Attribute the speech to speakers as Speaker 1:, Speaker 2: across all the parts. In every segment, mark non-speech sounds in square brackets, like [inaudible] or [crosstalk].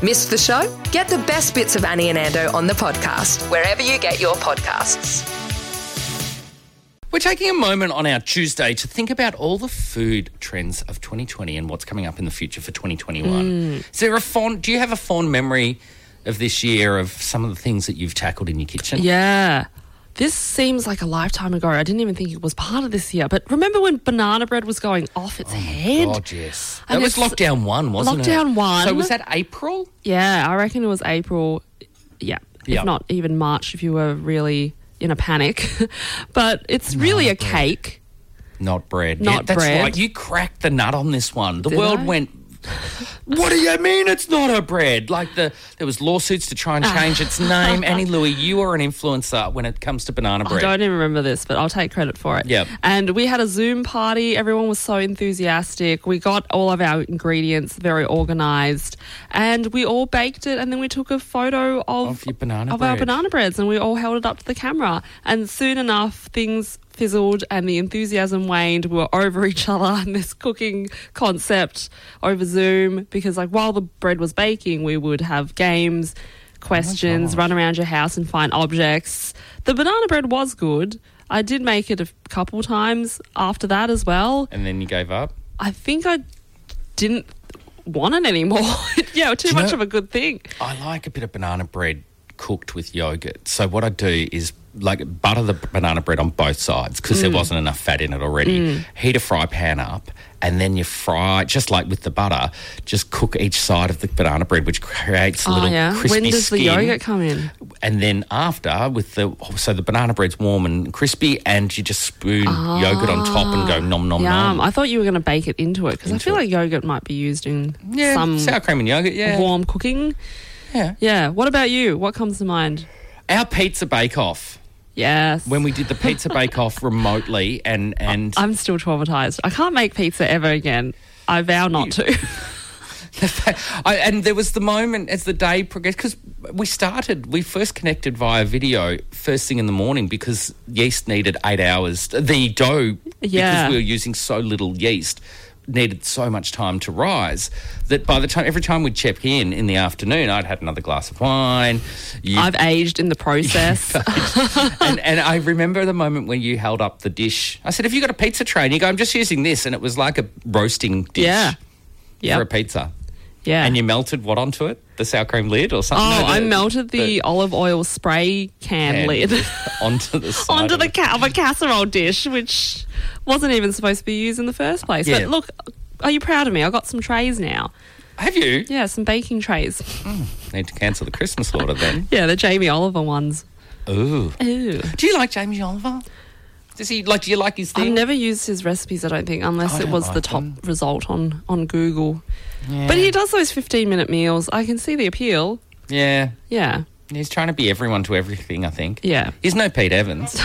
Speaker 1: Missed the show? Get the best bits of Annie and Ando on the podcast, wherever you get your podcasts.
Speaker 2: We're taking a moment on our Tuesday to think about all the food trends of 2020 and what's coming up in the future for 2021.
Speaker 3: Mm.
Speaker 2: Is there a fond? Do you have a fond memory of this year of some of the things that you've tackled in your kitchen?
Speaker 3: Yeah. This seems like a lifetime ago. I didn't even think it was part of this year. But remember when banana bread was going off its head?
Speaker 2: Oh God, yes. That
Speaker 3: And
Speaker 2: was
Speaker 3: it's-
Speaker 2: lockdown one, wasn't it?
Speaker 3: Lockdown one.
Speaker 2: So was that April?
Speaker 3: Yeah, I reckon it was April. Yeah,
Speaker 2: Yeah.
Speaker 3: if not even March, if you were really in a panic. [laughs] but it's really a cake.
Speaker 2: Not bread.
Speaker 3: Not
Speaker 2: yeah, that's
Speaker 3: bread.
Speaker 2: right. You cracked the nut on this one. The
Speaker 3: Did
Speaker 2: world
Speaker 3: I?
Speaker 2: went. What do you mean it's not a bread? Like the there was lawsuits to
Speaker 3: [laughs]
Speaker 2: try and change its name. Annie Louie, you are an influencer when it comes to banana
Speaker 3: I
Speaker 2: bread.
Speaker 3: don't even remember this, but I'll take credit for it.
Speaker 2: Yep.
Speaker 3: And we had a Zoom party. Everyone was so enthusiastic. We got all of our ingredients very organized, and we all baked it. And then we took a photo of
Speaker 2: Of your banana
Speaker 3: of our
Speaker 2: bread.
Speaker 3: banana breads, and we all held it up to the camera. And soon enough, things fizzled, and the enthusiasm waned. We were over [laughs] each other and this cooking concept over Zoom because, like, while the bread was baking, we would have games.
Speaker 2: Oh
Speaker 3: Questions, run around your house and find objects. The banana bread was good. I did make it a couple times after that as well.
Speaker 2: And then you gave up.
Speaker 3: I think I didn't want it anymore. [laughs] yeah, too
Speaker 2: you
Speaker 3: much
Speaker 2: know-
Speaker 3: of a good thing.
Speaker 2: I like a bit of banana bread cooked with yogurt. So what I do is like butter the banana bread on both sides because
Speaker 3: Mm.
Speaker 2: there wasn't enough fat in it already. Heat a fry pan up and then you fry just like with the butter, just cook each side of the banana bread which creates a
Speaker 3: Oh,
Speaker 2: little
Speaker 3: yeah.
Speaker 2: crispy
Speaker 3: When does
Speaker 2: skin.
Speaker 3: the yogurt come in?
Speaker 2: And then after with the so the banana bread's warm and crispy and you just spoon yogurt on top and go nom nom
Speaker 3: Ah, Yum.
Speaker 2: nom.
Speaker 3: I thought you were going to bake it into it because I
Speaker 2: Into
Speaker 3: feel
Speaker 2: it.
Speaker 3: like yogurt might be used in
Speaker 2: yeah,
Speaker 3: some
Speaker 2: sour cream and yogurt, yeah.
Speaker 3: warm cooking.
Speaker 2: Yeah.
Speaker 3: Yeah. What about you? What comes to mind?
Speaker 2: Our pizza bake off.
Speaker 3: Yes.
Speaker 2: When we did the
Speaker 3: [laughs]
Speaker 2: pizza bake off remotely and and
Speaker 3: I'm still traumatized. I can't make pizza ever again. I vow not to.
Speaker 2: [laughs] I, and there was the moment as the day progressed because we started, we first connected via video first thing in the morning because yeast needed eight hours. The dough,
Speaker 3: Yeah.
Speaker 2: because we were using so little yeast, needed so much time to rise that by the time, every time we'd check in in the afternoon, I'd had another glass of wine. You
Speaker 3: [laughs] I've aged in the process.
Speaker 2: [laughs] and, and I remember the moment when you held up the dish. I said, Have you got a pizza tray? And you go, I'm just using this. And it was like a roasting dish
Speaker 3: Yeah.
Speaker 2: for
Speaker 3: Yeah.
Speaker 2: a pizza.
Speaker 3: Yeah.
Speaker 2: And you melted what onto it? The sour cream lid or something?
Speaker 3: Oh,
Speaker 2: No,
Speaker 3: I melted the, olive oil spray can
Speaker 2: pan [laughs]
Speaker 3: lid
Speaker 2: onto the side
Speaker 3: [laughs] onto
Speaker 2: of
Speaker 3: the
Speaker 2: it.
Speaker 3: ca- of a casserole dish, which wasn't even supposed to be used in the first place.
Speaker 2: Yeah.
Speaker 3: But look, are you proud of me? I got some trays now.
Speaker 2: Have you?
Speaker 3: Yeah, some baking trays.
Speaker 2: Need to cancel the Christmas order then.
Speaker 3: Yeah, the Jamie Oliver ones.
Speaker 2: Ooh.
Speaker 3: Ooh.
Speaker 2: Do you like James Oliver? Does he like? Do you like his
Speaker 3: I've
Speaker 2: thing?
Speaker 3: never used his recipes, I don't think, unless
Speaker 2: I
Speaker 3: it
Speaker 2: don't
Speaker 3: was the
Speaker 2: like
Speaker 3: top
Speaker 2: them.
Speaker 3: result on, on Google. But he does those 15 minute meals. I can see the appeal.
Speaker 2: yeah,
Speaker 3: Yeah.
Speaker 2: he's trying to be everyone to everything. I think.
Speaker 3: Yeah.
Speaker 2: He's no Pete [laughs] Evans.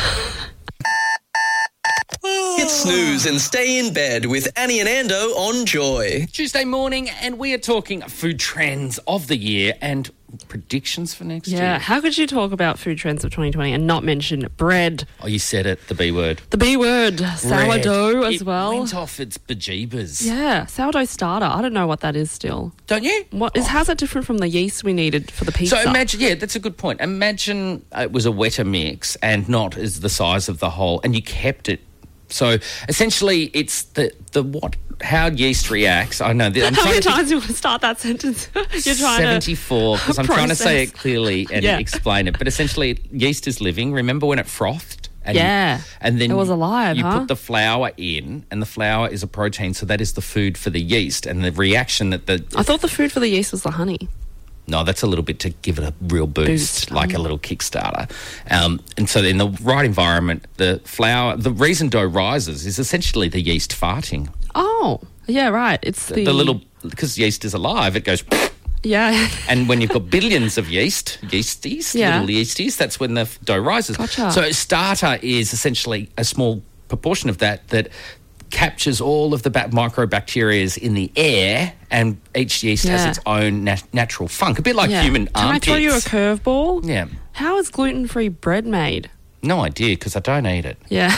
Speaker 4: Hit snooze and stay in bed with Annie and Ando on Joy.
Speaker 2: Tuesday morning, and we are talking food trends of the year and predictions for next
Speaker 3: Yeah.
Speaker 2: year.
Speaker 3: How could you talk about food trends of 2020 and not mention bread?
Speaker 2: Oh, you said it. The B word.
Speaker 3: The B word, sourdough
Speaker 2: Bread.
Speaker 3: as
Speaker 2: It
Speaker 3: well.
Speaker 2: Went off its bejeebers.
Speaker 3: Yeah, sourdough starter. I don't know what that is still.
Speaker 2: Don't you?
Speaker 3: What is how's that different from the yeast we needed for the pizza?
Speaker 2: Oh. So imagine, yeah, that's a good point. Imagine it was a wetter mix and not as the size of the whole, and you kept it. So essentially, it's the the what how yeast reacts. I know.
Speaker 3: [laughs]
Speaker 2: The, I'm
Speaker 3: [laughs] How
Speaker 2: trying
Speaker 3: many
Speaker 2: to
Speaker 3: times do you want to start that sentence? [laughs] You're trying
Speaker 2: seventy
Speaker 3: to.
Speaker 2: four because I'm trying to say
Speaker 3: process.
Speaker 2: it clearly and
Speaker 3: Yeah.
Speaker 2: explain it. But essentially, yeast is living. Remember when it frothed? And
Speaker 3: Yeah.
Speaker 2: and then
Speaker 3: It was
Speaker 2: you-
Speaker 3: alive,
Speaker 2: You
Speaker 3: huh?
Speaker 2: put the flour in, and the flour is a protein, so that is the food for the yeast. And the reaction that the
Speaker 3: I thought the food for the yeast was the honey.
Speaker 2: No, that's a little bit to give it a real boost,
Speaker 3: Boost,
Speaker 2: like a little Kickstarter. Um, and so, in the right environment, the flour, the reason dough rises is essentially the yeast farting.
Speaker 3: Oh, yeah, right. It's the,
Speaker 2: The little, because yeast is alive, it goes.
Speaker 3: yeah.
Speaker 2: And when you've got billions of yeast, yeasties,
Speaker 3: Yeah.
Speaker 2: little yeasties, that's when the f- dough rises.
Speaker 3: Gotcha.
Speaker 2: So starter is essentially a small proportion of that that captures all of the ba- microbacteria in the air, and each yeast has
Speaker 3: Yeah.
Speaker 2: its own nat- natural funk, a bit like
Speaker 3: yeah.
Speaker 2: human
Speaker 3: Can I throw you a
Speaker 2: armpits.
Speaker 3: curveball?
Speaker 2: Yeah.
Speaker 3: How is gluten free bread made?
Speaker 2: [laughs] No idea because I don't eat it.
Speaker 3: Yeah.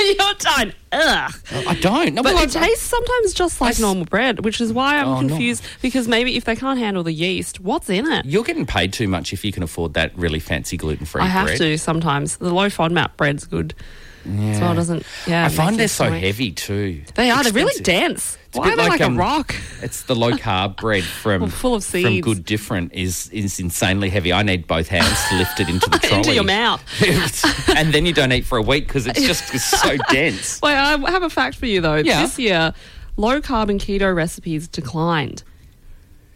Speaker 3: You're done. Ugh.
Speaker 2: I don't. No,
Speaker 3: But
Speaker 2: I
Speaker 3: it tastes sometimes just like
Speaker 2: s-
Speaker 3: normal bread, which is why I'm
Speaker 2: Oh, no.
Speaker 3: confused because maybe if they can't handle the yeast, what's in it?
Speaker 2: You're getting paid too much if you can afford that really fancy gluten free
Speaker 3: I
Speaker 2: bread.
Speaker 3: have to sometimes. The low FODMAP bread's good. Yeah. So it doesn't. Yeah,
Speaker 2: I
Speaker 3: it
Speaker 2: find they're
Speaker 3: makes
Speaker 2: so
Speaker 3: me stomach.
Speaker 2: heavy too.
Speaker 3: They are. They're really
Speaker 2: Expensive.
Speaker 3: dense.
Speaker 2: a
Speaker 3: Why
Speaker 2: bit
Speaker 3: are they like,
Speaker 2: like,
Speaker 3: a
Speaker 2: um,
Speaker 3: rock?
Speaker 2: It's the low carb
Speaker 3: [laughs]
Speaker 2: bread from
Speaker 3: Well, full of
Speaker 2: from
Speaker 3: seeds.
Speaker 2: Good Different is is insanely heavy. I need both hands to lift it into the trolley
Speaker 3: [laughs] Into your mouth.
Speaker 2: [laughs] and then you don't eat for a week because it's
Speaker 3: [laughs]
Speaker 2: just it's so dense.
Speaker 3: Wait, I have a fact for you though.
Speaker 2: Yeah.
Speaker 3: This year, low carb and keto recipes declined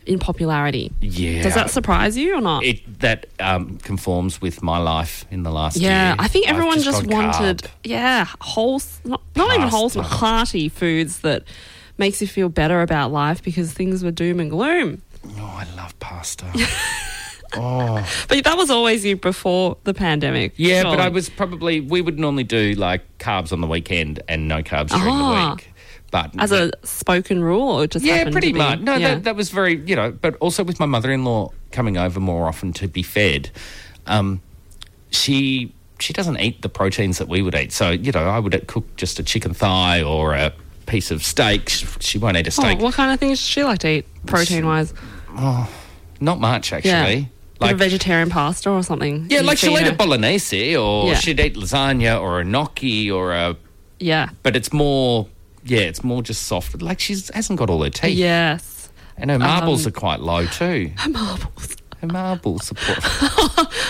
Speaker 3: in popularity.
Speaker 2: Yeah.
Speaker 3: Does that surprise you or not?
Speaker 2: It that um, conforms with my life in the last year.
Speaker 3: yeah, I think
Speaker 2: I've
Speaker 3: everyone just,
Speaker 2: gone carb.
Speaker 3: wanted yeah, whole not, not even
Speaker 2: Pasta.
Speaker 3: wholesome, hearty foods that makes you feel better about life because things were doom and gloom.
Speaker 2: Oh, I love
Speaker 3: [laughs]
Speaker 2: pasta.
Speaker 3: But that was always you before the pandemic.
Speaker 2: Yeah, but
Speaker 3: surely.
Speaker 2: I was probably we would normally do like carbs on the weekend and no carbs during
Speaker 3: Ah.
Speaker 2: the week. But
Speaker 3: as a spoken rule or it just
Speaker 2: yeah,
Speaker 3: happened
Speaker 2: pretty
Speaker 3: to be-
Speaker 2: much. No,
Speaker 3: yeah.
Speaker 2: that, that was very you know. But also with my mother-in-law coming over more often to be fed, um, she she doesn't eat the proteins that we would eat. So you know, I would cook just a chicken thigh or a piece of steak. She she won't eat a
Speaker 3: oh,
Speaker 2: steak.
Speaker 3: what kind of things does she like to eat protein wise?
Speaker 2: Not much
Speaker 3: Yeah.
Speaker 2: actually.
Speaker 3: like a vegetarian pasta or something.
Speaker 2: yeah,
Speaker 3: You
Speaker 2: like she'll
Speaker 3: feed
Speaker 2: eat a
Speaker 3: her.
Speaker 2: bolognese, or
Speaker 3: Yeah.
Speaker 2: she'd eat lasagna, or a gnocchi, or a
Speaker 3: Yeah.
Speaker 2: but it's more yeah, it's more just soft. Like she hasn't got all her teeth,
Speaker 3: Yes.
Speaker 2: and her marbles
Speaker 3: Um,
Speaker 2: are quite low too.
Speaker 3: Marbles.
Speaker 2: Her marbles are poor.
Speaker 3: [laughs]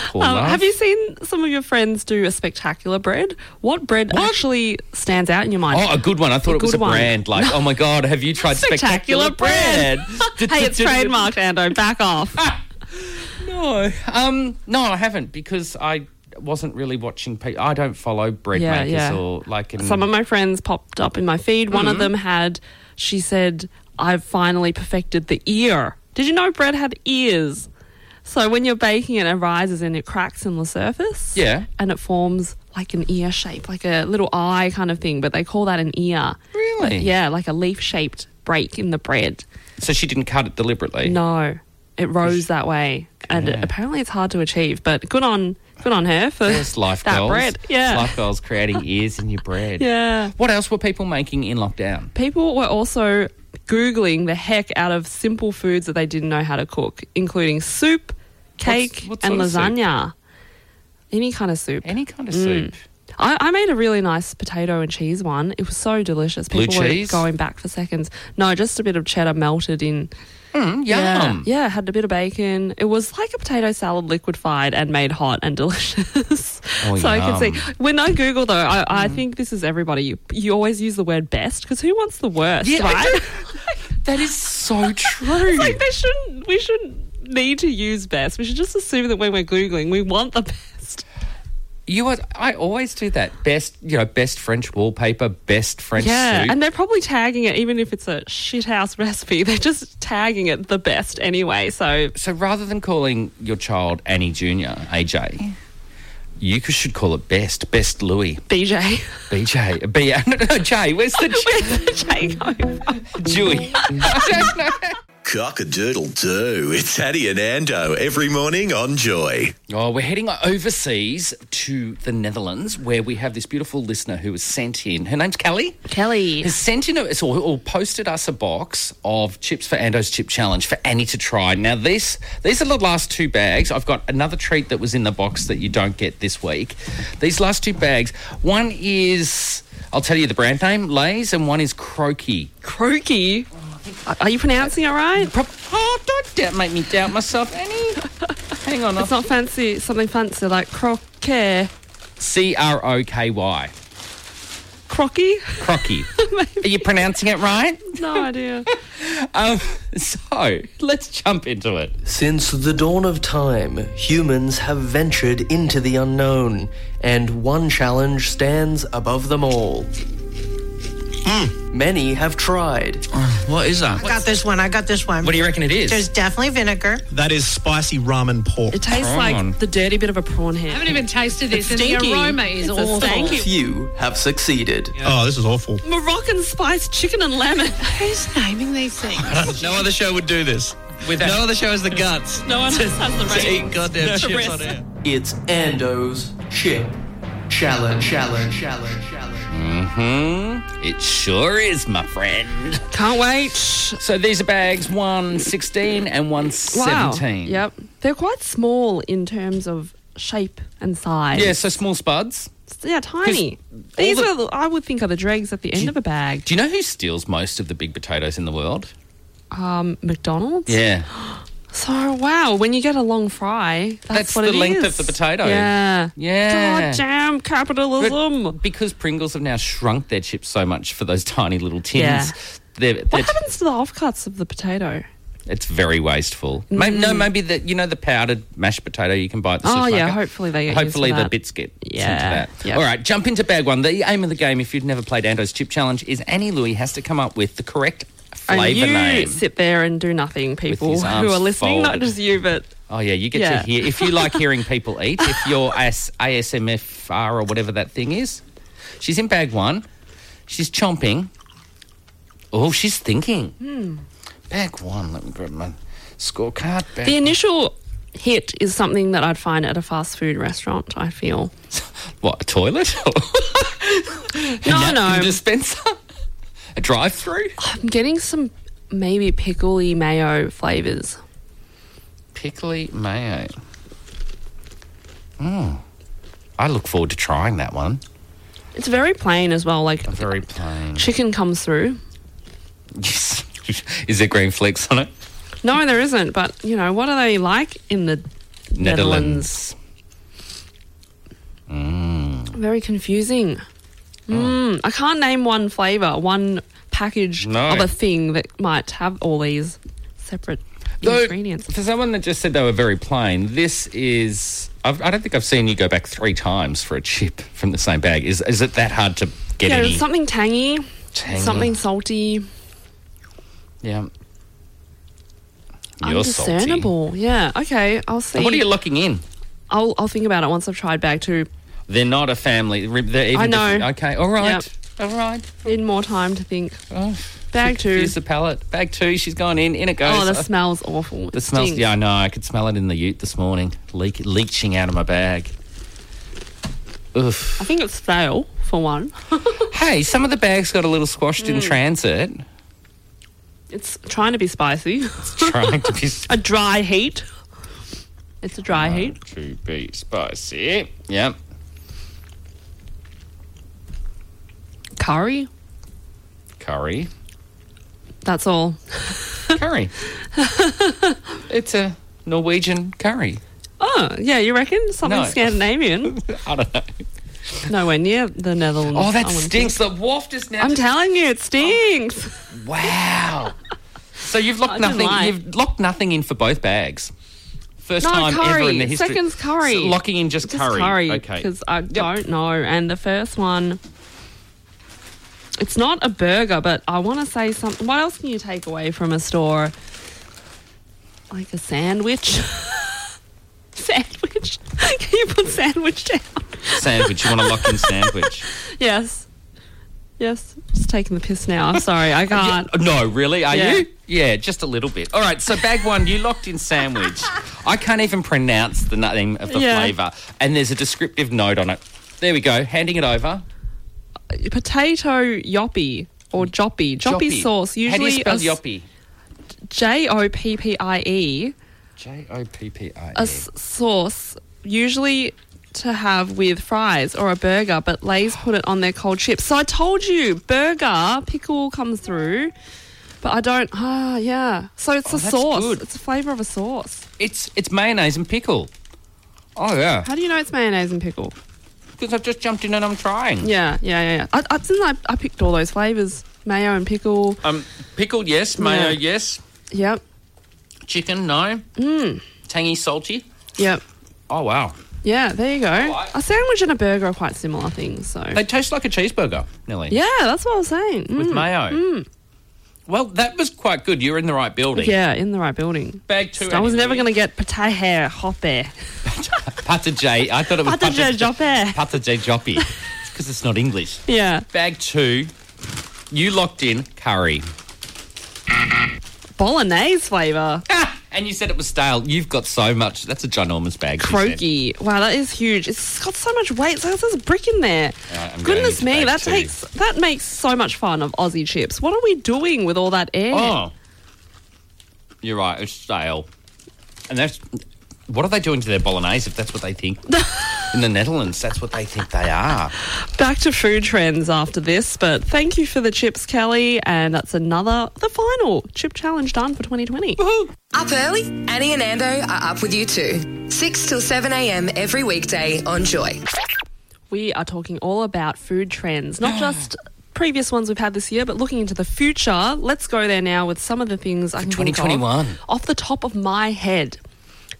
Speaker 2: poor
Speaker 3: Um,
Speaker 2: love.
Speaker 3: have you seen some of your friends do a spectacular bread? What bread actually stands out in your mind?
Speaker 2: Oh, a good one. I thought it was
Speaker 3: good
Speaker 2: a
Speaker 3: one.
Speaker 2: brand. Like, oh my God, have you tried spectacular,
Speaker 3: spectacular bread.
Speaker 2: bread?
Speaker 3: [laughs]
Speaker 2: [laughs]
Speaker 3: hey, it's trademarked, Ando. Back off.
Speaker 2: No, um, no, I haven't because I wasn't really watching. Pe- I don't follow bread
Speaker 3: Yeah,
Speaker 2: makers
Speaker 3: yeah.
Speaker 2: or like. In,
Speaker 3: Some of my friends popped up in my feed. One
Speaker 2: Mm-hmm.
Speaker 3: of them had, she said, I've finally perfected the ear. Did you know bread had ears? So when you're baking it, it rises and it cracks in the surface.
Speaker 2: Yeah.
Speaker 3: And it forms like an ear shape, like a little eye kind of thing, but they call that an ear.
Speaker 2: Really?
Speaker 3: Yeah, like a leaf shaped break in the bread.
Speaker 2: so she didn't cut it deliberately. [laughs]
Speaker 3: No, it rose that way, and apparently it's hard to achieve. But good on good on her for
Speaker 2: Yes, life
Speaker 3: that
Speaker 2: goals.
Speaker 3: bread. Yeah,
Speaker 2: life goals.
Speaker 3: [laughs]
Speaker 2: Creating ears in your bread.
Speaker 3: yeah.
Speaker 2: What else were people making in lockdown?
Speaker 3: People were also googling the heck out of simple foods that they didn't know how to cook, including soup, cake,
Speaker 2: what
Speaker 3: and
Speaker 2: sort of soup?
Speaker 3: lasagna. Any kind of soup.
Speaker 2: Any kind of soup.
Speaker 3: I, I made a really nice potato and cheese one. It was so delicious.
Speaker 2: Blue
Speaker 3: People were
Speaker 2: cheese?
Speaker 3: going back for seconds. No, just a bit of cheddar melted in
Speaker 2: Mm, yum.
Speaker 3: Yeah, yeah, had a bit of bacon. It was like a potato salad liquefied and made hot and [laughs] delicious.
Speaker 2: Oh,
Speaker 3: so I could
Speaker 2: yum. Mm.
Speaker 3: see. When I Google, though, I, I think this is everybody. You, you always use the word best because who wants the worst,
Speaker 2: Yeah, I
Speaker 3: right?
Speaker 2: That is so true.
Speaker 3: [laughs] It's like they shouldn't, we shouldn't need to use best. We should just assume that when we're Googling, we want the best.
Speaker 2: You are, I always do that. Best, you know, best French wallpaper, best French
Speaker 3: Yeah,
Speaker 2: soup.
Speaker 3: and they're probably tagging it, even if it's a shithouse [laughs] recipe, they're just tagging it the best anyway. So
Speaker 2: so rather than calling your child Annie Junior, AJ, you c- should call it best, best Louis,
Speaker 3: [laughs] BJ,
Speaker 2: BJ, B. [laughs] No, no, no, J. Where's the
Speaker 3: [laughs]
Speaker 2: J?
Speaker 3: where's the J going from?
Speaker 2: Dewey? I don't know.
Speaker 5: Cock a doodle do. It's Addie and Ando every morning on Joy.
Speaker 2: Oh, we're heading overseas to the Netherlands, where we have this beautiful listener who was sent in. Her name's Kelly.
Speaker 3: Kelly.
Speaker 2: has sent in a, or, or posted us a box of chips for Ando's Chip Challenge for Annie to try. Now, this these are the last two bags. I've got another treat that was in the box that you don't get this week. These last two bags. One is I'll tell you the brand name, Lay's, and one is Croaky.
Speaker 3: Croaky. Are you pronouncing it right?
Speaker 2: Pro- oh, don't doubt, make me doubt myself, [laughs] Annie. Hang on,
Speaker 3: It's not fancy, something fancy like croquet.
Speaker 2: C R O K Y. [laughs]
Speaker 3: Crocky? [laughs]
Speaker 2: Crocky. Are you pronouncing it right?
Speaker 3: No idea.
Speaker 2: Um, [laughs] so let's jump into it.
Speaker 6: Since the dawn of time, humans have ventured into the unknown, and one challenge stands above them all. Many have tried.
Speaker 7: What is that?
Speaker 8: I got this one. I got this one.
Speaker 2: What do you reckon it is?
Speaker 8: There's definitely vinegar.
Speaker 9: That is spicy ramen pork.
Speaker 3: It tastes
Speaker 2: Come
Speaker 3: like
Speaker 2: on.
Speaker 3: the dirty bit of a prawn head.
Speaker 10: haven't even tasted this, and
Speaker 3: stinky.
Speaker 10: the aroma is
Speaker 3: It's a
Speaker 10: awful.
Speaker 3: stanky-
Speaker 6: Few have succeeded.
Speaker 9: Oh, this is awful.
Speaker 3: Moroccan spiced chicken and lemon. [laughs]
Speaker 10: Who's naming these things?
Speaker 9: No other show would do this. no other show has the guts
Speaker 3: No one else has the right.
Speaker 9: goddamn
Speaker 3: chips on
Speaker 9: air.
Speaker 6: It's Ando's chip challenge. Challenge. Challenge. Challenge.
Speaker 2: Hmm? It sure is, my friend.
Speaker 3: Can't wait.
Speaker 2: [laughs] So these are bags one sixteen and one
Speaker 3: Wow.
Speaker 2: seventeen.
Speaker 3: Yep. They're quite small in terms of shape and size.
Speaker 2: Yeah, so small spuds.
Speaker 3: Yeah, tiny. These
Speaker 2: the-
Speaker 3: are, the, I would think, are the dregs at the end of a bag.
Speaker 2: Do you know who steals most of the big potatoes in the world?
Speaker 3: Um, McDonald's.
Speaker 2: Yeah.
Speaker 3: So wow, when you get a long fry, that's,
Speaker 2: That's
Speaker 3: what
Speaker 2: the
Speaker 3: it
Speaker 2: length
Speaker 3: is.
Speaker 2: of the potato.
Speaker 3: Yeah.
Speaker 2: Yeah.
Speaker 3: God damn capitalism.
Speaker 2: But because Pringles have now shrunk their chips so much for those tiny little tins,
Speaker 3: Yeah.
Speaker 2: they're,
Speaker 3: what
Speaker 2: they're-
Speaker 3: happens to the offcuts of the potato?
Speaker 2: it's very wasteful. May No, maybe the you know the powdered mashed potato you can buy at the
Speaker 3: Mm. Oh,
Speaker 2: supermarket.
Speaker 3: yeah, hopefully they get used to
Speaker 2: hopefully the
Speaker 3: that.
Speaker 2: bits get
Speaker 3: Yeah,
Speaker 2: into that.
Speaker 3: yeah.
Speaker 2: All right, jump into bag one. The aim of the game, if you've never played Ando's Chip Challenge, is Annie Louie has to come up with the correct
Speaker 3: and
Speaker 2: flavour
Speaker 3: you
Speaker 2: name.
Speaker 3: sit there and do nothing, people
Speaker 2: his
Speaker 3: who
Speaker 2: arms
Speaker 3: are listening. Not
Speaker 2: folded.
Speaker 3: just you, but
Speaker 2: Oh yeah, you get
Speaker 3: Yeah.
Speaker 2: to hear if you
Speaker 3: [laughs]
Speaker 2: like hearing people eat. If you're AS, ASMFR or whatever that thing is, she's in bag one. She's chomping. Oh, she's thinking.
Speaker 3: Hmm.
Speaker 2: Bag one. Let me grab my scorecard. Bag
Speaker 3: the initial hit is something that I'd find at a fast food restaurant. I feel
Speaker 2: what? A toilet? [laughs]
Speaker 3: no, no.
Speaker 2: a dispenser? A drive-through?
Speaker 3: I'm getting some maybe pickly mayo flavors.
Speaker 2: Pickly mayo. Mm. I look forward to trying that one.
Speaker 3: It's very plain as well. Like
Speaker 2: Very plain.
Speaker 3: chicken comes through.
Speaker 2: Yes. [laughs] Is there green flakes on it?
Speaker 3: No, there isn't. But you know, what are they like in the
Speaker 2: Netherlands.
Speaker 3: Netherlands?
Speaker 2: Mm.
Speaker 3: Very confusing.
Speaker 2: Oh.
Speaker 3: Mm. I can't name one flavour, one package
Speaker 2: No.
Speaker 3: of a thing that might have all these separate
Speaker 2: Though,
Speaker 3: ingredients.
Speaker 2: For someone that just said they were very plain, this is. I've, I don't think I've seen you go back three times for a chip from the same bag. Is is it that hard to get
Speaker 3: Yeah,
Speaker 2: any?
Speaker 3: it's something tangy,
Speaker 2: Tangy.
Speaker 3: something salty,
Speaker 2: yeah. You're salty.
Speaker 3: undiscernible. Yeah. Okay, I'll see.
Speaker 2: And what are you locking in?
Speaker 3: I'll, I'll think about it once I've tried bag two
Speaker 2: They're not a family. They're even
Speaker 3: I know.
Speaker 2: different- Okay. All right. All right.
Speaker 3: in more time to think.
Speaker 2: Oh,
Speaker 3: Bag two.
Speaker 2: Here's the palette. Bag two. She's gone in. In it goes.
Speaker 3: Oh, the
Speaker 2: Uh,
Speaker 3: smells awful.
Speaker 2: the smells. Yeah, I know. I could smell it in the ute this morning, leak, leaching out of my bag. Oof.
Speaker 3: I think it's stale for one.
Speaker 2: Hey, some of the bags got a little squashed
Speaker 3: Mm.
Speaker 2: in
Speaker 3: [laughs]
Speaker 2: transit.
Speaker 3: It's trying to be spicy. [laughs]
Speaker 2: Trying to be,
Speaker 3: a dry heat. It's a dry heat.
Speaker 2: to be spicy. Yep.
Speaker 3: Curry.
Speaker 2: Curry.
Speaker 3: That's all. [laughs]
Speaker 2: Curry. it's a Norwegian curry.
Speaker 3: Oh, yeah, you reckon? Something
Speaker 2: No.
Speaker 3: Scandinavian.
Speaker 2: [laughs] I don't know.
Speaker 3: Nowhere near the Netherlands.
Speaker 2: Oh, that
Speaker 3: I wouldn't
Speaker 2: stinks. The waft is now.
Speaker 3: think. I'm
Speaker 2: just-
Speaker 3: telling you, it stinks.
Speaker 2: wow. So you've locked
Speaker 3: I didn't
Speaker 2: nothing.
Speaker 3: lie.
Speaker 2: You've locked nothing in for both bags. First
Speaker 3: No,
Speaker 2: time ever
Speaker 3: curry.
Speaker 2: in the history.
Speaker 3: Second's curry.
Speaker 2: So locking in just,
Speaker 3: Just
Speaker 2: curry.
Speaker 3: curry.
Speaker 2: Okay.
Speaker 3: Because I don't know. And the first one, it's not a burger, but I want to say something. What else can you take away from a store? Like a sandwich? [laughs] sandwich? can you put sandwich down?
Speaker 2: Sandwich. You want to lock in sandwich?
Speaker 3: Yes. Yes. Just taking the piss now. I'm sorry. [laughs] I can't.
Speaker 2: [laughs] Yeah, no, really? Are
Speaker 3: Yeah.
Speaker 2: you? Yeah, just a little bit. All right, so bag one, you locked in
Speaker 3: [laughs]
Speaker 2: sandwich. I can't even pronounce the name of the
Speaker 3: Yeah.
Speaker 2: flavour, and there's a descriptive note on it. There we go, handing it over.
Speaker 3: potato yoppie or joppy. Joppy, sauce,
Speaker 2: How do you
Speaker 3: usually
Speaker 2: spell yoppie?
Speaker 3: J O P P I E,
Speaker 2: J O P P I
Speaker 3: a
Speaker 2: E.
Speaker 3: s- sauce usually to have with fries or a burger, but Lay's put it on their cold chips. So I told you, burger pickle comes through, but I don't. Ah, yeah. So it's a
Speaker 2: Oh, that's
Speaker 3: sauce.
Speaker 2: good.
Speaker 3: It's a flavour of a sauce.
Speaker 2: It's it's mayonnaise and pickle. Oh yeah,
Speaker 3: How do you know it's mayonnaise and pickle?
Speaker 2: because I've just jumped in and I'm trying.
Speaker 3: Yeah, yeah, yeah. yeah. I, I, didn't I, I picked all those flavours mayo and pickle.
Speaker 2: Um, pickle yes, mayo
Speaker 3: Yeah.
Speaker 2: yes,
Speaker 3: Yep,
Speaker 2: chicken no, mm. tangy salty.
Speaker 3: yep.
Speaker 2: Oh wow,
Speaker 3: Yeah, there you go.
Speaker 2: right.
Speaker 3: A sandwich and a burger are quite similar things. So
Speaker 2: they taste like a cheeseburger, Nelly.
Speaker 3: yeah, that's what I was saying. Mm.
Speaker 2: with mayo. Well, that was quite good. You're in the right building.
Speaker 3: Yeah, in the right building.
Speaker 2: Bag two.
Speaker 3: I was
Speaker 2: anyway.
Speaker 3: never going to get potato hoppe.
Speaker 2: [laughs] Pata J. I thought it was
Speaker 3: Potato joppe.
Speaker 2: Pata J Joppy. It's because it's not English.
Speaker 3: Yeah,
Speaker 2: Bag two. You locked in curry. [laughs]
Speaker 3: bolognese flavour.
Speaker 2: Ah, And you said it was stale. You've got so much. That's a ginormous bag. she said.
Speaker 3: Croaky. Wow, that is huge. It's got so much weight. So there's a brick in there.
Speaker 2: Yeah, I'm
Speaker 3: Goodness
Speaker 2: going
Speaker 3: me,
Speaker 2: into
Speaker 3: that
Speaker 2: that too.
Speaker 3: takes that makes so much fun of Aussie chips. What are we doing with all that air?
Speaker 2: Oh, you're right. It's stale. And that's what are they doing to their bolognese? If that's what they [laughs] think in the Netherlands, that's what they think they are.
Speaker 3: Back to food trends after this, but thank you for the chips, Kelly. And that's another the final chip challenge done for 2020.
Speaker 1: Up early? Annie and Ando are up with you too. 6 till 7 a.m. every weekday on Joy.
Speaker 3: We are talking all about food trends, not just previous ones we've had this year, but looking into the future. Let's go there now with some of the things I can think of
Speaker 2: 2021.
Speaker 3: off the top of my head.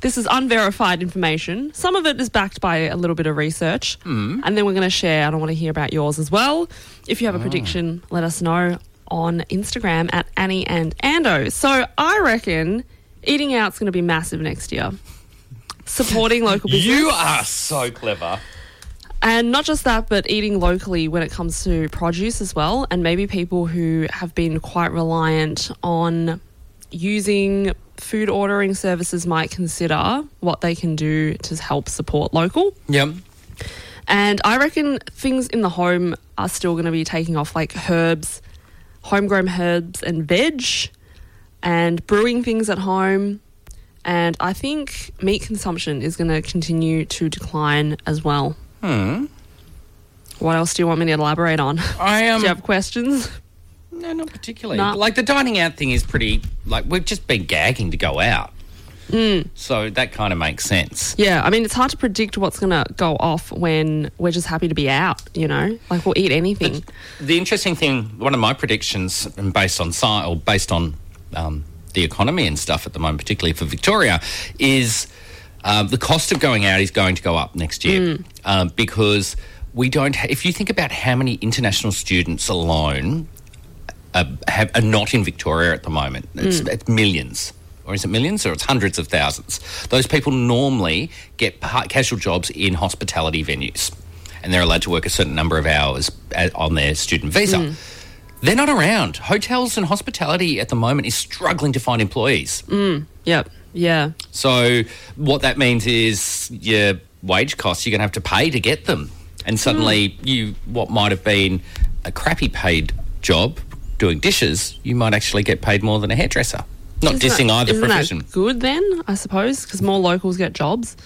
Speaker 3: This is unverified information. Some of it is backed by a little bit of research, mm. and then we're going to share. I don't want to hear about yours as well. If you have a prediction, let us know on Instagram at Annie and Ando. So I reckon eating out's going to be massive next year. Supporting local business.
Speaker 2: You are so clever.
Speaker 3: And not just that, but eating locally when it comes to produce as well. And maybe people who have been quite reliant on using food ordering services might consider what they can do to help support local.
Speaker 2: Yep.
Speaker 3: And I reckon things in the home are still going to be taking off, like herbs, homegrown herbs and veg, and brewing things at home. And I think meat consumption is going to continue to decline as well. Hmm. What else do you want me to elaborate on? [laughs]
Speaker 2: I am.
Speaker 3: do you have questions?
Speaker 2: No, not particularly.
Speaker 3: Nah.
Speaker 2: Like the dining out thing is pretty. Like we've just been gagging to go out. Hmm. So that kind of makes sense.
Speaker 3: Yeah, I mean, it's hard to predict what's going to go off when we're just happy to be out, you know? Like, we'll eat anything.
Speaker 2: The interesting thing, one of my predictions, and based on sci or based on um, the economy and stuff at the moment, particularly for Victoria, is um, the cost of going out is going to go up next year um, because we don't. Ha- if you think about how many international students alone uh, have, are not in Victoria at the moment. It's, it's millions. Or is it millions or it's hundreds of thousands? Those people normally get part, casual jobs in hospitality venues and they're allowed to work a certain number of hours a- on their student visa. They're not around. Hotels and hospitality at the moment is struggling to find employees.
Speaker 3: Yep. Yeah.
Speaker 2: So what that means is your wage costs you're going to have to pay to get them, and suddenly
Speaker 3: Hmm.
Speaker 2: you what might have been a crappy paid job doing dishes, you might actually get paid more than a hairdresser. Not
Speaker 3: Isn't
Speaker 2: dissing
Speaker 3: that-
Speaker 2: either
Speaker 3: isn't that
Speaker 2: profession.
Speaker 3: good then, I suppose, because more locals get jobs.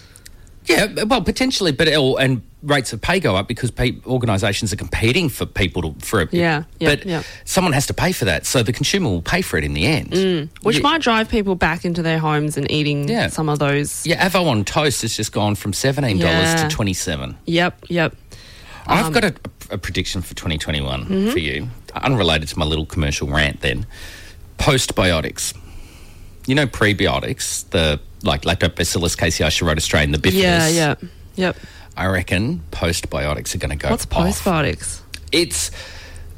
Speaker 2: Yeah, well, potentially, but it all, and rates of pay go up because pe- organisations are competing for people to for.
Speaker 3: Yeah, yeah,
Speaker 2: but
Speaker 3: yeah.
Speaker 2: someone has to pay for that, so the consumer will pay for it in the end.
Speaker 3: Mm, Which
Speaker 2: Yeah.
Speaker 3: might drive people back into their homes and eating
Speaker 2: Yeah.
Speaker 3: some of those.
Speaker 2: Yeah, Avo on toast has just gone from seventeen dollars
Speaker 3: Yeah.
Speaker 2: to twenty seven.
Speaker 3: Yep, yep. Um,
Speaker 2: I've got a, a prediction for 2021
Speaker 3: Mm-hmm.
Speaker 2: for you, unrelated to my little commercial rant. Then, postbiotics. You know prebiotics, the like lactobacillus casei wrote Australian, the bifidus.
Speaker 3: Yeah, yeah, yep.
Speaker 2: I reckon postbiotics are going to go.
Speaker 3: What's
Speaker 2: off.
Speaker 3: postbiotics?
Speaker 2: It's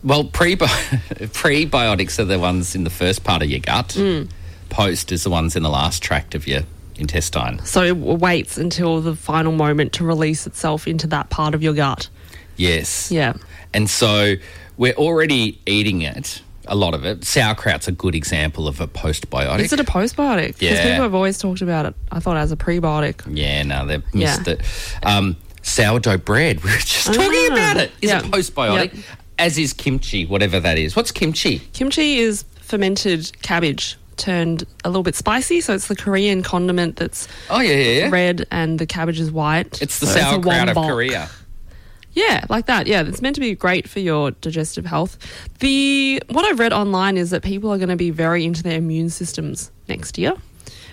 Speaker 2: well, prebi- [laughs] prebiotics are the ones in the first part of your gut.
Speaker 3: Mm.
Speaker 2: Post is the ones in the last tract of your intestine.
Speaker 3: So it w- waits until the final moment to release itself into that part of your gut.
Speaker 2: Yes.
Speaker 3: Yeah.
Speaker 2: And so we're already eating it, a lot of it. Sauerkraut's a good example of a postbiotic.
Speaker 3: Is it a postbiotic? Because
Speaker 2: Yeah.
Speaker 3: people have always talked about it, I thought, as a prebiotic.
Speaker 2: yeah, no, they missed
Speaker 3: Yeah.
Speaker 2: it. Um, sourdough bread, [laughs] we were just talking
Speaker 3: Ah,
Speaker 2: about it, is
Speaker 3: yeah.
Speaker 2: a postbiotic,
Speaker 3: Yep.
Speaker 2: as is kimchi, whatever that is. What's kimchi?
Speaker 3: Kimchi is fermented cabbage turned a little bit spicy. So it's the Korean condiment that's
Speaker 2: Oh, yeah, yeah, yeah.
Speaker 3: red and the cabbage is white.
Speaker 2: It's the
Speaker 3: So a
Speaker 2: sauerkraut of
Speaker 3: wonbok.
Speaker 2: Korea.
Speaker 3: Yeah, like that. Yeah, it's meant to be great for your digestive health. The what I've read online is that people are going to be very into their immune systems next year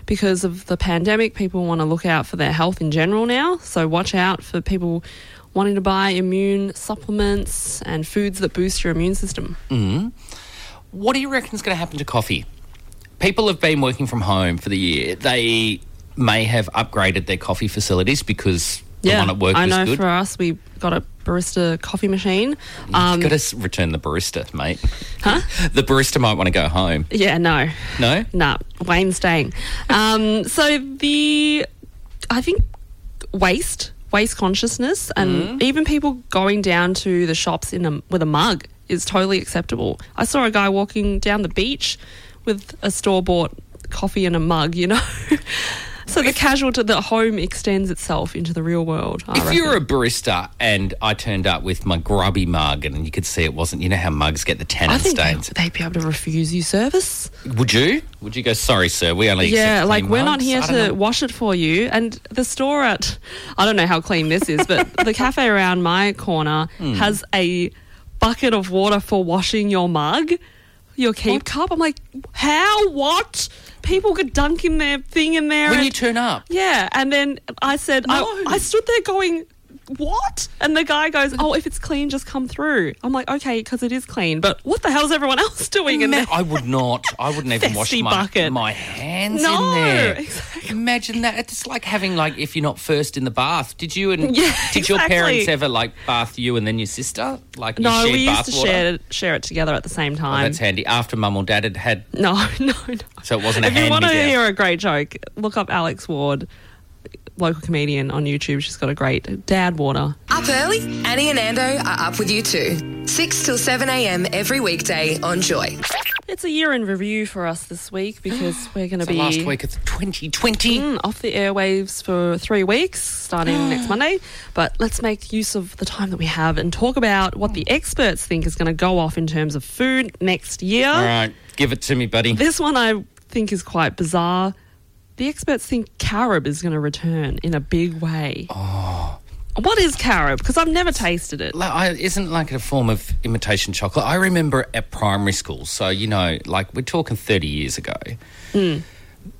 Speaker 3: because of the pandemic. People want to look out for their health in general now, so watch out for people wanting to buy immune supplements and foods that boost your immune system.
Speaker 2: What do you reckon is going to happen to coffee? People have been working from home for the year. They may have upgraded their coffee facilities because the one at work
Speaker 3: I
Speaker 2: was
Speaker 3: know
Speaker 2: good.
Speaker 3: for us, we got a barista coffee machine. Um,
Speaker 2: You've got to return the barista, mate. Huh? The barista might want to go home.
Speaker 3: yeah, no.
Speaker 2: No?
Speaker 3: Nah, Wayne's staying. Um, so the, I think waste, waste consciousness, and even people going down to the shops in a, with a mug is totally acceptable. I saw a guy walking down the beach with a store bought coffee in a mug, you know? [laughs] so the casual to the home extends itself into the real world. I
Speaker 2: If
Speaker 3: reckon.
Speaker 2: you're a barista and I turned up with my grubby mug and you could see it wasn't, you know how mugs get the
Speaker 3: I
Speaker 2: tannin
Speaker 3: think
Speaker 2: stains.
Speaker 3: they'd- they'd be able to refuse you service.
Speaker 2: Would you? Would you go? Sorry, sir, we only accept
Speaker 3: Yeah,
Speaker 2: clean
Speaker 3: like we're not
Speaker 2: mugs?"
Speaker 3: here
Speaker 2: I don't
Speaker 3: to
Speaker 2: know.
Speaker 3: wash it for you. And the store at, I don't know how clean this is, but the cafe around my
Speaker 2: [laughs]
Speaker 3: corner
Speaker 2: Hmm.
Speaker 3: has a bucket of water for washing your mug, your keep cup. I'm like, how? What? People could dunk in their thing in there.
Speaker 2: When
Speaker 3: and-
Speaker 2: you turn up,
Speaker 3: yeah, and then I said, I,
Speaker 2: No.
Speaker 3: I stood there going, what? And the guy goes, oh, if it's clean, just come through. I'm like, okay, because it is clean, but what the hell's everyone [laughs] else doing in there?
Speaker 2: I would not. I wouldn't even wash
Speaker 3: Festy
Speaker 2: my
Speaker 3: bucket.
Speaker 2: my hands
Speaker 3: No,
Speaker 2: in there.
Speaker 3: exactly.
Speaker 2: Imagine that. It's like having like if you're not first in the bath. Did you and
Speaker 3: Yeah,
Speaker 2: did your
Speaker 3: exactly.
Speaker 2: parents ever like bath you and then your sister? Like [laughs] you
Speaker 3: No,
Speaker 2: shared
Speaker 3: we used
Speaker 2: bath
Speaker 3: to
Speaker 2: water?
Speaker 3: share it, share it together at the same
Speaker 2: Oh,
Speaker 3: time.
Speaker 2: that's handy. After mum or dad had had,
Speaker 3: [laughs] no, no, no.
Speaker 2: so it wasn't a
Speaker 3: if you
Speaker 2: hand
Speaker 3: want
Speaker 2: me
Speaker 3: to
Speaker 2: down.
Speaker 3: hear a great joke, look up Alex Ward, local comedian on YouTube. She's got a great dad water.
Speaker 1: Up early, Annie and Ando are up with you too. 6 till 7 a.m. every weekday on Joy.
Speaker 3: It's a year in review for us this week [gasps] because we're going to
Speaker 2: So
Speaker 3: be
Speaker 2: last week it's 2020.
Speaker 3: Mm, off the airwaves for three weeks starting [gasps] next Monday. But let's make use of the time that we have and talk about what the experts think is going to go off in terms of food next year.
Speaker 2: All right, give it to me, buddy.
Speaker 3: This one I think is quite bizarre. The experts think carob is going to return in a big way. Oh. What is carob? Because I've never tasted it.
Speaker 2: Like, I, isn't like a form of imitation chocolate. I remember at primary school, so you know, like we're talking thirty years ago,
Speaker 3: Mm.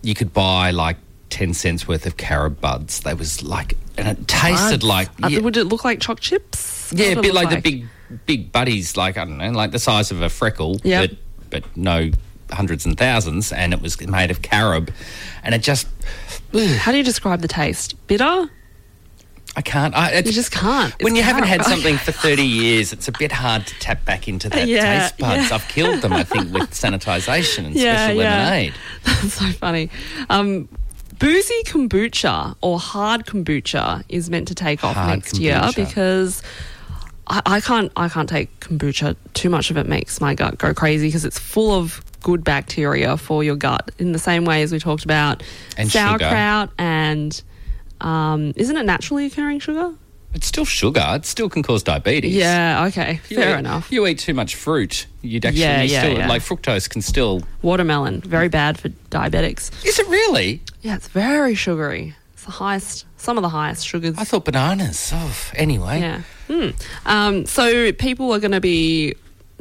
Speaker 2: you could buy like ten cents worth of carob buds. They was like, and it tasted like
Speaker 3: Uh,
Speaker 2: yeah,
Speaker 3: Would it look like chalk chips?
Speaker 2: yeah,
Speaker 3: What would
Speaker 2: a
Speaker 3: it
Speaker 2: bit
Speaker 3: look
Speaker 2: like, the big big buddies, like I don't know, like the size of a freckle,
Speaker 3: Yep.
Speaker 2: but but no hundreds and thousands, and it was made of carob, and it just
Speaker 3: How do you describe the taste? Bitter?
Speaker 2: I can't. I, it's,
Speaker 3: You just can't.
Speaker 2: when
Speaker 3: It's
Speaker 2: you haven't had
Speaker 3: carob.
Speaker 2: something
Speaker 3: [laughs]
Speaker 2: for 30 years, it's a bit hard to tap back into that
Speaker 3: Yeah,
Speaker 2: taste buds.
Speaker 3: yeah.
Speaker 2: I've killed them, I think, with sanitisation and
Speaker 3: [laughs] Yeah,
Speaker 2: special
Speaker 3: yeah.
Speaker 2: lemonade.
Speaker 3: That's [laughs] so funny. Um, boozy kombucha or hard kombucha is meant to take off
Speaker 2: Hard
Speaker 3: next year
Speaker 2: kombucha.
Speaker 3: because I, I can't I can't take kombucha. Too much of it makes my gut go crazy because it's full of good bacteria for your gut. In the same way as we talked about
Speaker 2: And sugar.
Speaker 3: sauerkraut and um, isn't it naturally occurring sugar?
Speaker 2: It's still sugar. It still can cause diabetes.
Speaker 3: Yeah. Okay.
Speaker 2: You
Speaker 3: fair
Speaker 2: eat-
Speaker 3: enough.
Speaker 2: You eat too much fruit, you'd actually
Speaker 3: Yeah,
Speaker 2: you
Speaker 3: yeah,
Speaker 2: still,
Speaker 3: yeah.
Speaker 2: like fructose can still.
Speaker 3: Watermelon very bad for diabetics.
Speaker 2: Is it really?
Speaker 3: Yeah, it's very sugary. It's the highest. Some of the highest sugars.
Speaker 2: I thought bananas. Oh, anyway.
Speaker 3: Yeah. Hmm. Um, so people are going to be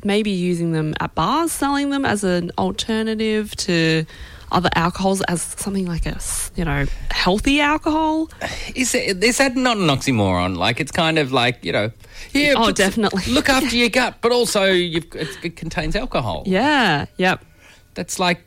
Speaker 3: maybe using them at bars, selling them as an alternative to other alcohols, as something like a s- you know healthy alcohol.
Speaker 2: Is, it, is that not an oxymoron? Like, it's kind of like, you know, yeah.
Speaker 3: Oh,
Speaker 2: but-
Speaker 3: definitely.
Speaker 2: Look
Speaker 3: [laughs]
Speaker 2: after your gut, but also you've, it, it contains alcohol.
Speaker 3: Yeah. Yep.
Speaker 2: That's like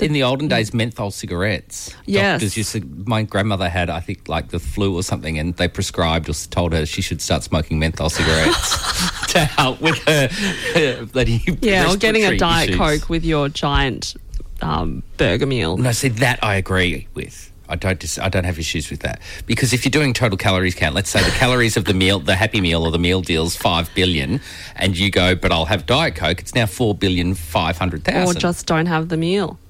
Speaker 2: in the olden days, menthol cigarettes.
Speaker 3: mm. Yes.
Speaker 2: Doctors used to, my grandmother had, I think, like the flu or something, and they prescribed or told her she should start smoking menthol cigarettes
Speaker 3: [laughs]
Speaker 2: to help with her, her bloody
Speaker 3: Yeah. Or getting a
Speaker 2: respiratory
Speaker 3: diet
Speaker 2: issues.
Speaker 3: coke with your giant um, burger meal.
Speaker 2: No, see that I agree with. I don't. Dis- I don't have issues with that because if you're doing total calories count, let's say the calories of the meal, the Happy Meal or the meal deal's five billion, and you go, but I'll have Diet Coke. It's now four billion five hundred
Speaker 3: Or
Speaker 2: thousand.
Speaker 3: just don't have the meal.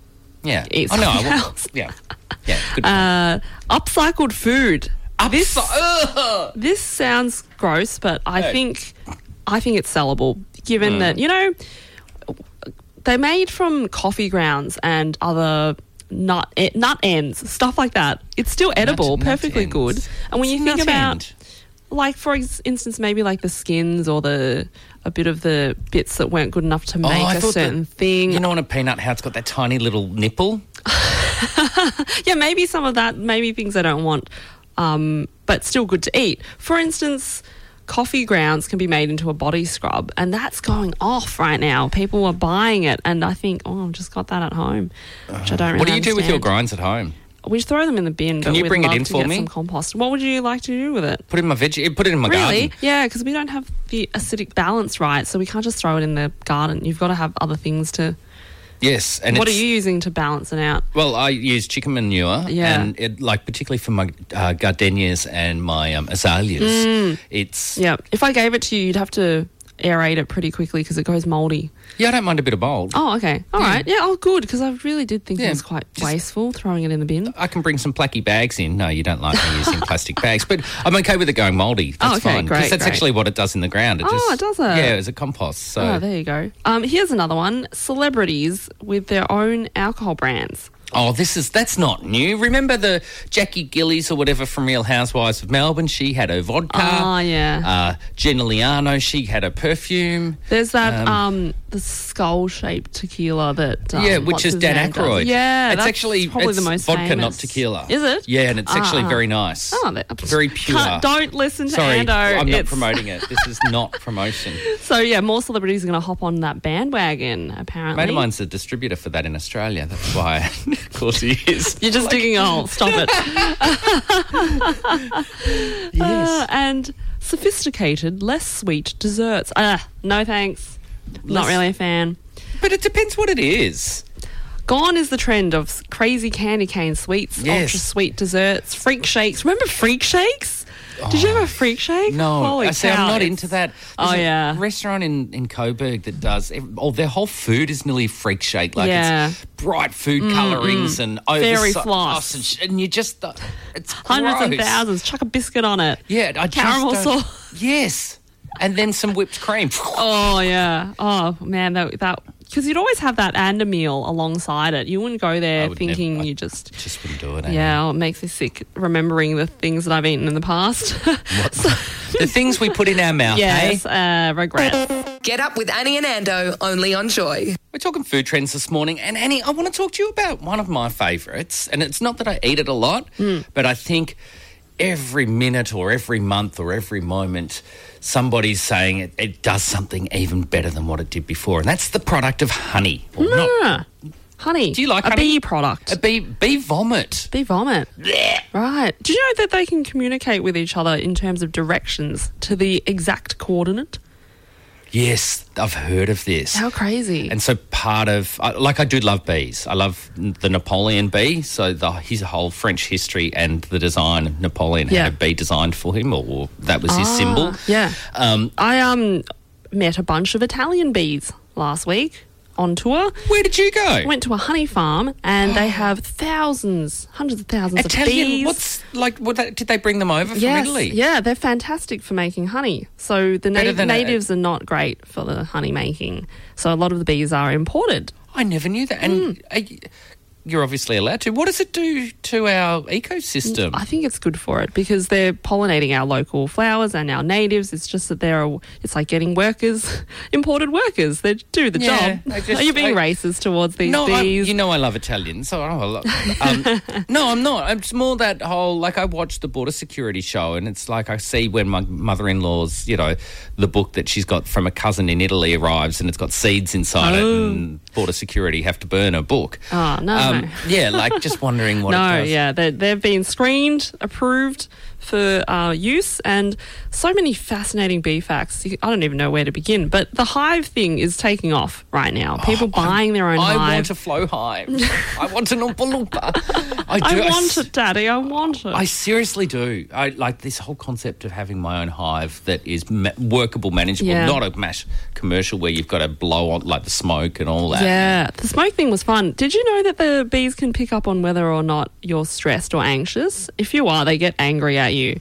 Speaker 2: yeah.
Speaker 3: eat
Speaker 2: oh no, I
Speaker 3: something
Speaker 2: won't-
Speaker 3: else.
Speaker 2: Yeah. Yeah.
Speaker 3: [laughs]
Speaker 2: Good
Speaker 3: Uh, upcycled food.
Speaker 2: This,
Speaker 3: This sounds gross, but I think I think it's sellable given
Speaker 2: Mm.
Speaker 3: that, you know, they're made from coffee grounds and other nut eh, nut ends, stuff like that. It's still edible,
Speaker 2: nut
Speaker 3: perfectly
Speaker 2: ends.
Speaker 3: good. And when
Speaker 2: What's
Speaker 3: you
Speaker 2: a
Speaker 3: think
Speaker 2: nut
Speaker 3: about
Speaker 2: end?
Speaker 3: like for ex- instance maybe like the skins or the a bit of the bits that weren't good enough
Speaker 2: Oh,
Speaker 3: to make a certain thing.
Speaker 2: You know, on a peanut, how it's got that tiny little nipple.
Speaker 3: yeah, maybe some of that, maybe things I don't want, um, but still good to eat. For instance, coffee grounds can be made into a body scrub, and that's going off right now. People are buying it, and I think, oh, I've just got that at home, which I don't
Speaker 2: Uh-huh.
Speaker 3: really
Speaker 2: What do you do with your
Speaker 3: understand.
Speaker 2: grinds at home?
Speaker 3: We throw them in the bin. but
Speaker 2: you
Speaker 3: we'd
Speaker 2: bring it
Speaker 3: love
Speaker 2: in
Speaker 3: to
Speaker 2: for
Speaker 3: get
Speaker 2: me?
Speaker 3: Some compost. What would you like to do with it?
Speaker 2: Put it in my veggie. eh, Put it in my
Speaker 3: Really?
Speaker 2: garden.
Speaker 3: Yeah, because we don't have the acidic balance right, so we can't just throw it in the garden. You've got to have other things to.
Speaker 2: Yes. And
Speaker 3: what are
Speaker 2: it's-
Speaker 3: you using to balance it out?
Speaker 2: Well, I use chicken manure,
Speaker 3: Yeah.
Speaker 2: and it, like particularly for my uh, gardenias and my um, azaleas. It's
Speaker 3: Mm. Yeah. If I gave it to you, you'd have to aerate it pretty quickly because it goes moldy.
Speaker 2: Yeah, I don't mind a bit of mold.
Speaker 3: Oh, okay. all right, yeah. oh, good, because I really did think
Speaker 2: Yeah,
Speaker 3: it was quite
Speaker 2: just- Uh,
Speaker 3: wasteful throwing it in the bin.
Speaker 2: I can bring some placky bags in. No, you don't like me using plastic bags, but I'm okay with it going mouldy. That's
Speaker 3: Oh, okay,
Speaker 2: fine.
Speaker 3: great,
Speaker 2: that's
Speaker 3: great.
Speaker 2: actually what it does in the ground. It
Speaker 3: Oh,
Speaker 2: just,
Speaker 3: it does it?
Speaker 2: Yeah, it's a compost. So
Speaker 3: Oh, there you go. Um, here's another one celebrities with their own alcohol brands.
Speaker 2: Oh, this is that's not new. Remember the Jackie Gillies or whatever from Real Housewives of Melbourne? She had her vodka.
Speaker 3: Ah, yeah.
Speaker 2: Uh, Jen Liano, she had her perfume.
Speaker 3: There's that um, the skull shaped tequila that um,
Speaker 2: yeah, which
Speaker 3: what's
Speaker 2: is
Speaker 3: his
Speaker 2: Dan
Speaker 3: name does.
Speaker 2: Aykroyd.
Speaker 3: Yeah,
Speaker 2: it's
Speaker 3: that's
Speaker 2: actually
Speaker 3: probably
Speaker 2: it's
Speaker 3: the most
Speaker 2: vodka,
Speaker 3: famous.
Speaker 2: not tequila.
Speaker 3: Is it?
Speaker 2: Yeah, and it's actually
Speaker 3: Ah.
Speaker 2: very nice.
Speaker 3: Oh, that-
Speaker 2: very pure.
Speaker 3: Can't- don't listen to
Speaker 2: Sorry,
Speaker 3: Ando.
Speaker 2: I'm not
Speaker 3: It's-
Speaker 2: promoting it. This is not
Speaker 3: [laughs]
Speaker 2: promotion.
Speaker 3: So yeah, more celebrities are going to hop on that bandwagon. Apparently,
Speaker 2: Mate of mine's the distributor for that in Australia. That's why, [laughs] of course, he is.
Speaker 3: You're just digging a hole. Stop
Speaker 2: [laughs]
Speaker 3: it. Uh, and sophisticated, less sweet desserts. Ah, no thanks. Not really a fan.
Speaker 2: But it depends what it is.
Speaker 3: Gone is the trend of s- crazy candy cane sweets,
Speaker 2: Yes.
Speaker 3: ultra sweet desserts, freak shakes. Remember freak shakes? Did you have a freak shake?
Speaker 2: Oh, No,
Speaker 3: [laughs] Holy
Speaker 2: I say
Speaker 3: cow,
Speaker 2: I'm not
Speaker 3: it's-
Speaker 2: into that.
Speaker 3: Oh,
Speaker 2: a
Speaker 3: yeah.
Speaker 2: restaurant in in Coburg that does. ev- Oh, their whole food is nearly freak shake. Like
Speaker 3: Yeah.
Speaker 2: it's bright food colorings and over
Speaker 3: Fairy floss.
Speaker 2: and, sh- and you just uh, it's
Speaker 3: Hundreds and
Speaker 2: gross.
Speaker 3: thousands. Chuck a biscuit on it.
Speaker 2: Yeah, I just
Speaker 3: Caramel
Speaker 2: don't-
Speaker 3: sauce.
Speaker 2: [laughs] Yes, and then some whipped cream. [laughs]
Speaker 3: Oh yeah. Oh man, that that because you'd always have that and a meal alongside it. You wouldn't go
Speaker 2: I
Speaker 3: there
Speaker 2: would
Speaker 3: thinking
Speaker 2: never- I
Speaker 3: you just.
Speaker 2: just wouldn't do it. eh?
Speaker 3: Yeah, oh, it makes me sick remembering the things that I've eaten in the past.
Speaker 2: [laughs]
Speaker 3: [laughs] so,
Speaker 2: the things we put in our mouth. eh?
Speaker 3: [laughs] yes, uh, regret.
Speaker 1: Get up with Annie and Ando only on Joy.
Speaker 2: We're talking food trends this morning, and Annie, I want to talk to you about one of my favourites. And it's not that I eat it a lot, but I think every minute or every month or every moment, somebody's saying it, it does something even better than what it did before. And that's the product of honey. Or not,
Speaker 3: Ah, honey,
Speaker 2: Do you like
Speaker 3: a
Speaker 2: honey?
Speaker 3: bee product?
Speaker 2: a bee, bee vomit.
Speaker 3: Bee vomit. Right. Do you know that they can communicate with each other in terms of directions to the exact coordinate?
Speaker 2: Yes, I've heard of this.
Speaker 3: How crazy.
Speaker 2: And so part of, I- like, I do love bees. I love n- the Napoleon bee. So the, his whole French history and the design of Napoleon
Speaker 3: Yeah.
Speaker 2: had a bee designed for him, or, or that was his symbol.
Speaker 3: Ah, yeah.
Speaker 2: Um,
Speaker 3: I um met a bunch of Italian bees last week on tour.
Speaker 2: where did you go?
Speaker 3: Went to a honey farm
Speaker 2: [gasps]
Speaker 3: and they have thousands, hundreds of thousands
Speaker 2: Italian.
Speaker 3: of bees.
Speaker 2: What's like? What that, did they bring them over
Speaker 3: yes,
Speaker 2: from Italy?
Speaker 3: Yeah, they're fantastic for making honey. So the
Speaker 2: Better
Speaker 3: na-
Speaker 2: than a-
Speaker 3: natives are not great for the honey making. So a lot of the bees are imported.
Speaker 2: I never knew that.
Speaker 3: Hmm.
Speaker 2: And are you- you're obviously allowed to. What does it do to our ecosystem?
Speaker 3: I think it's good for it because they're pollinating our local flowers and our natives. It's just that they're, a- it's like getting workers, [laughs] imported workers. They do the
Speaker 2: Yeah, I
Speaker 3: job.
Speaker 2: just-
Speaker 3: are you being
Speaker 2: I-
Speaker 3: racist towards these
Speaker 2: no, I'm,
Speaker 3: bees?
Speaker 2: you know I love Italian, so I don't um, [laughs] No, I'm not. It's more that whole like I watched the border security show, and it's like I see when my mother-in-law's, you know, the book that she's got from a cousin in Italy arrives, and it's got seeds inside it, and border security have to burn her book. Um,
Speaker 3: Oh, no.
Speaker 2: yeah, like just wondering what. it
Speaker 3: [laughs] No,
Speaker 2: does.
Speaker 3: yeah, they they've been screened, approved for uh, use, and so many fascinating bee facts. You- I don't even know where to begin. But the hive thing is taking off right now. People buying their own
Speaker 2: Oh, I
Speaker 3: hive.
Speaker 2: want a flow hive. I want an Oompa Loompa.
Speaker 3: [laughs] I
Speaker 2: do-
Speaker 3: want it, Daddy. I want it.
Speaker 2: I seriously do. I like this whole concept of having my own hive that is ma- workable, manageable,
Speaker 3: Yeah.
Speaker 2: not a mash commercial where you've got to blow on like the smoke and all that.
Speaker 3: yeah, the smoke thing was fun. Did you know that the bees can pick up on whether or not you're stressed or anxious? If you are, they get angry at you.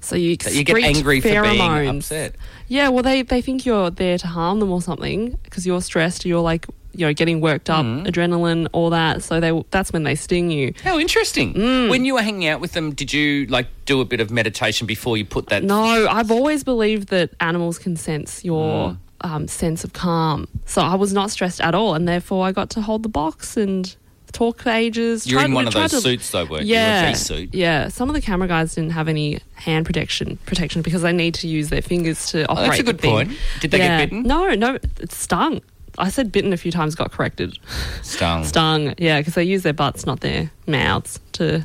Speaker 3: So you,
Speaker 2: That You get
Speaker 3: excrete
Speaker 2: angry for being
Speaker 3: pheromones.
Speaker 2: upset.
Speaker 3: Yeah, well, they, they think you're there to harm them or something because you're stressed. You're like you know getting worked up, adrenaline, all that. So they that's when they sting you.
Speaker 2: How interesting.
Speaker 3: Mm.
Speaker 2: When you were hanging out with them, did you like do a bit of meditation before you put that?
Speaker 3: No, I've always believed that animals can sense your
Speaker 2: Mm.
Speaker 3: um, sense of calm. So I was not stressed at all, and therefore I got to hold the box and talk for ages.
Speaker 2: You're
Speaker 3: Tried-
Speaker 2: in one
Speaker 3: we
Speaker 2: of
Speaker 3: tried
Speaker 2: those suits, though, weren't you? A
Speaker 3: yeah,
Speaker 2: V-suit.
Speaker 3: Yeah, some of the camera guys didn't have any hand protection protection because they need to use their fingers to operate.
Speaker 2: Oh, a
Speaker 3: the
Speaker 2: good
Speaker 3: thing.
Speaker 2: point. Did they get
Speaker 3: Yeah.
Speaker 2: bitten?
Speaker 3: No, no, it stung. I said bitten a few times, got corrected.
Speaker 2: Stung.
Speaker 3: Stung, yeah, because they use their butts, not their mouths, to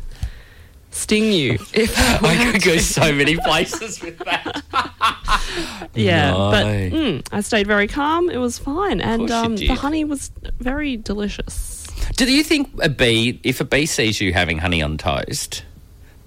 Speaker 3: sting you. [laughs] If
Speaker 2: [laughs] I could go so many places with that.
Speaker 3: Yeah, but
Speaker 2: Right.
Speaker 3: mm, I stayed very calm. It was fine, and
Speaker 2: course you
Speaker 3: um, the
Speaker 2: did.
Speaker 3: honey was very delicious.
Speaker 2: Do you think a bee, if a bee sees you having honey on toast,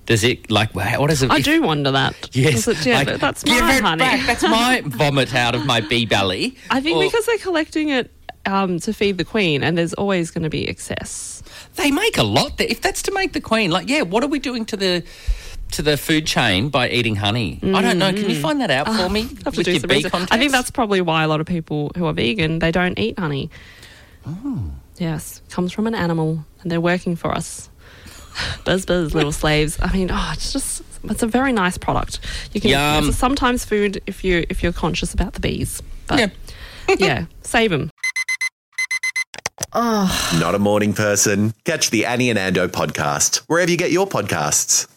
Speaker 2: Does it like wha- what is it?
Speaker 3: I
Speaker 2: if-
Speaker 3: do wonder that.
Speaker 2: Yes,
Speaker 3: Is it- yeah,
Speaker 2: like,
Speaker 3: but that's
Speaker 2: give
Speaker 3: mine,
Speaker 2: it
Speaker 3: honey.
Speaker 2: back. That's my vomit out of my bee belly.
Speaker 3: I think
Speaker 2: Or-
Speaker 3: because they're collecting it um, to feed the queen, and there's always going to be excess.
Speaker 2: they make a lot. That, if that's to make the queen, like, yeah, what are we doing to the to the food chain by eating honey? I don't know. Can you find that out for me
Speaker 3: I Mm. Ah, have to do some research. I think that's probably why a lot of people who are vegan they don't eat honey. Yes, comes from an animal, and they're working for us. [laughs] Buzz, buzz, little slaves. I mean, oh, it's just it's a very nice product. You can
Speaker 2: Yum.
Speaker 3: it's sometimes food if you if you're conscious about the bees, but yeah, [laughs] yeah save them.
Speaker 5: Not a morning person? Catch the Annie and Ando podcast wherever you get your podcasts.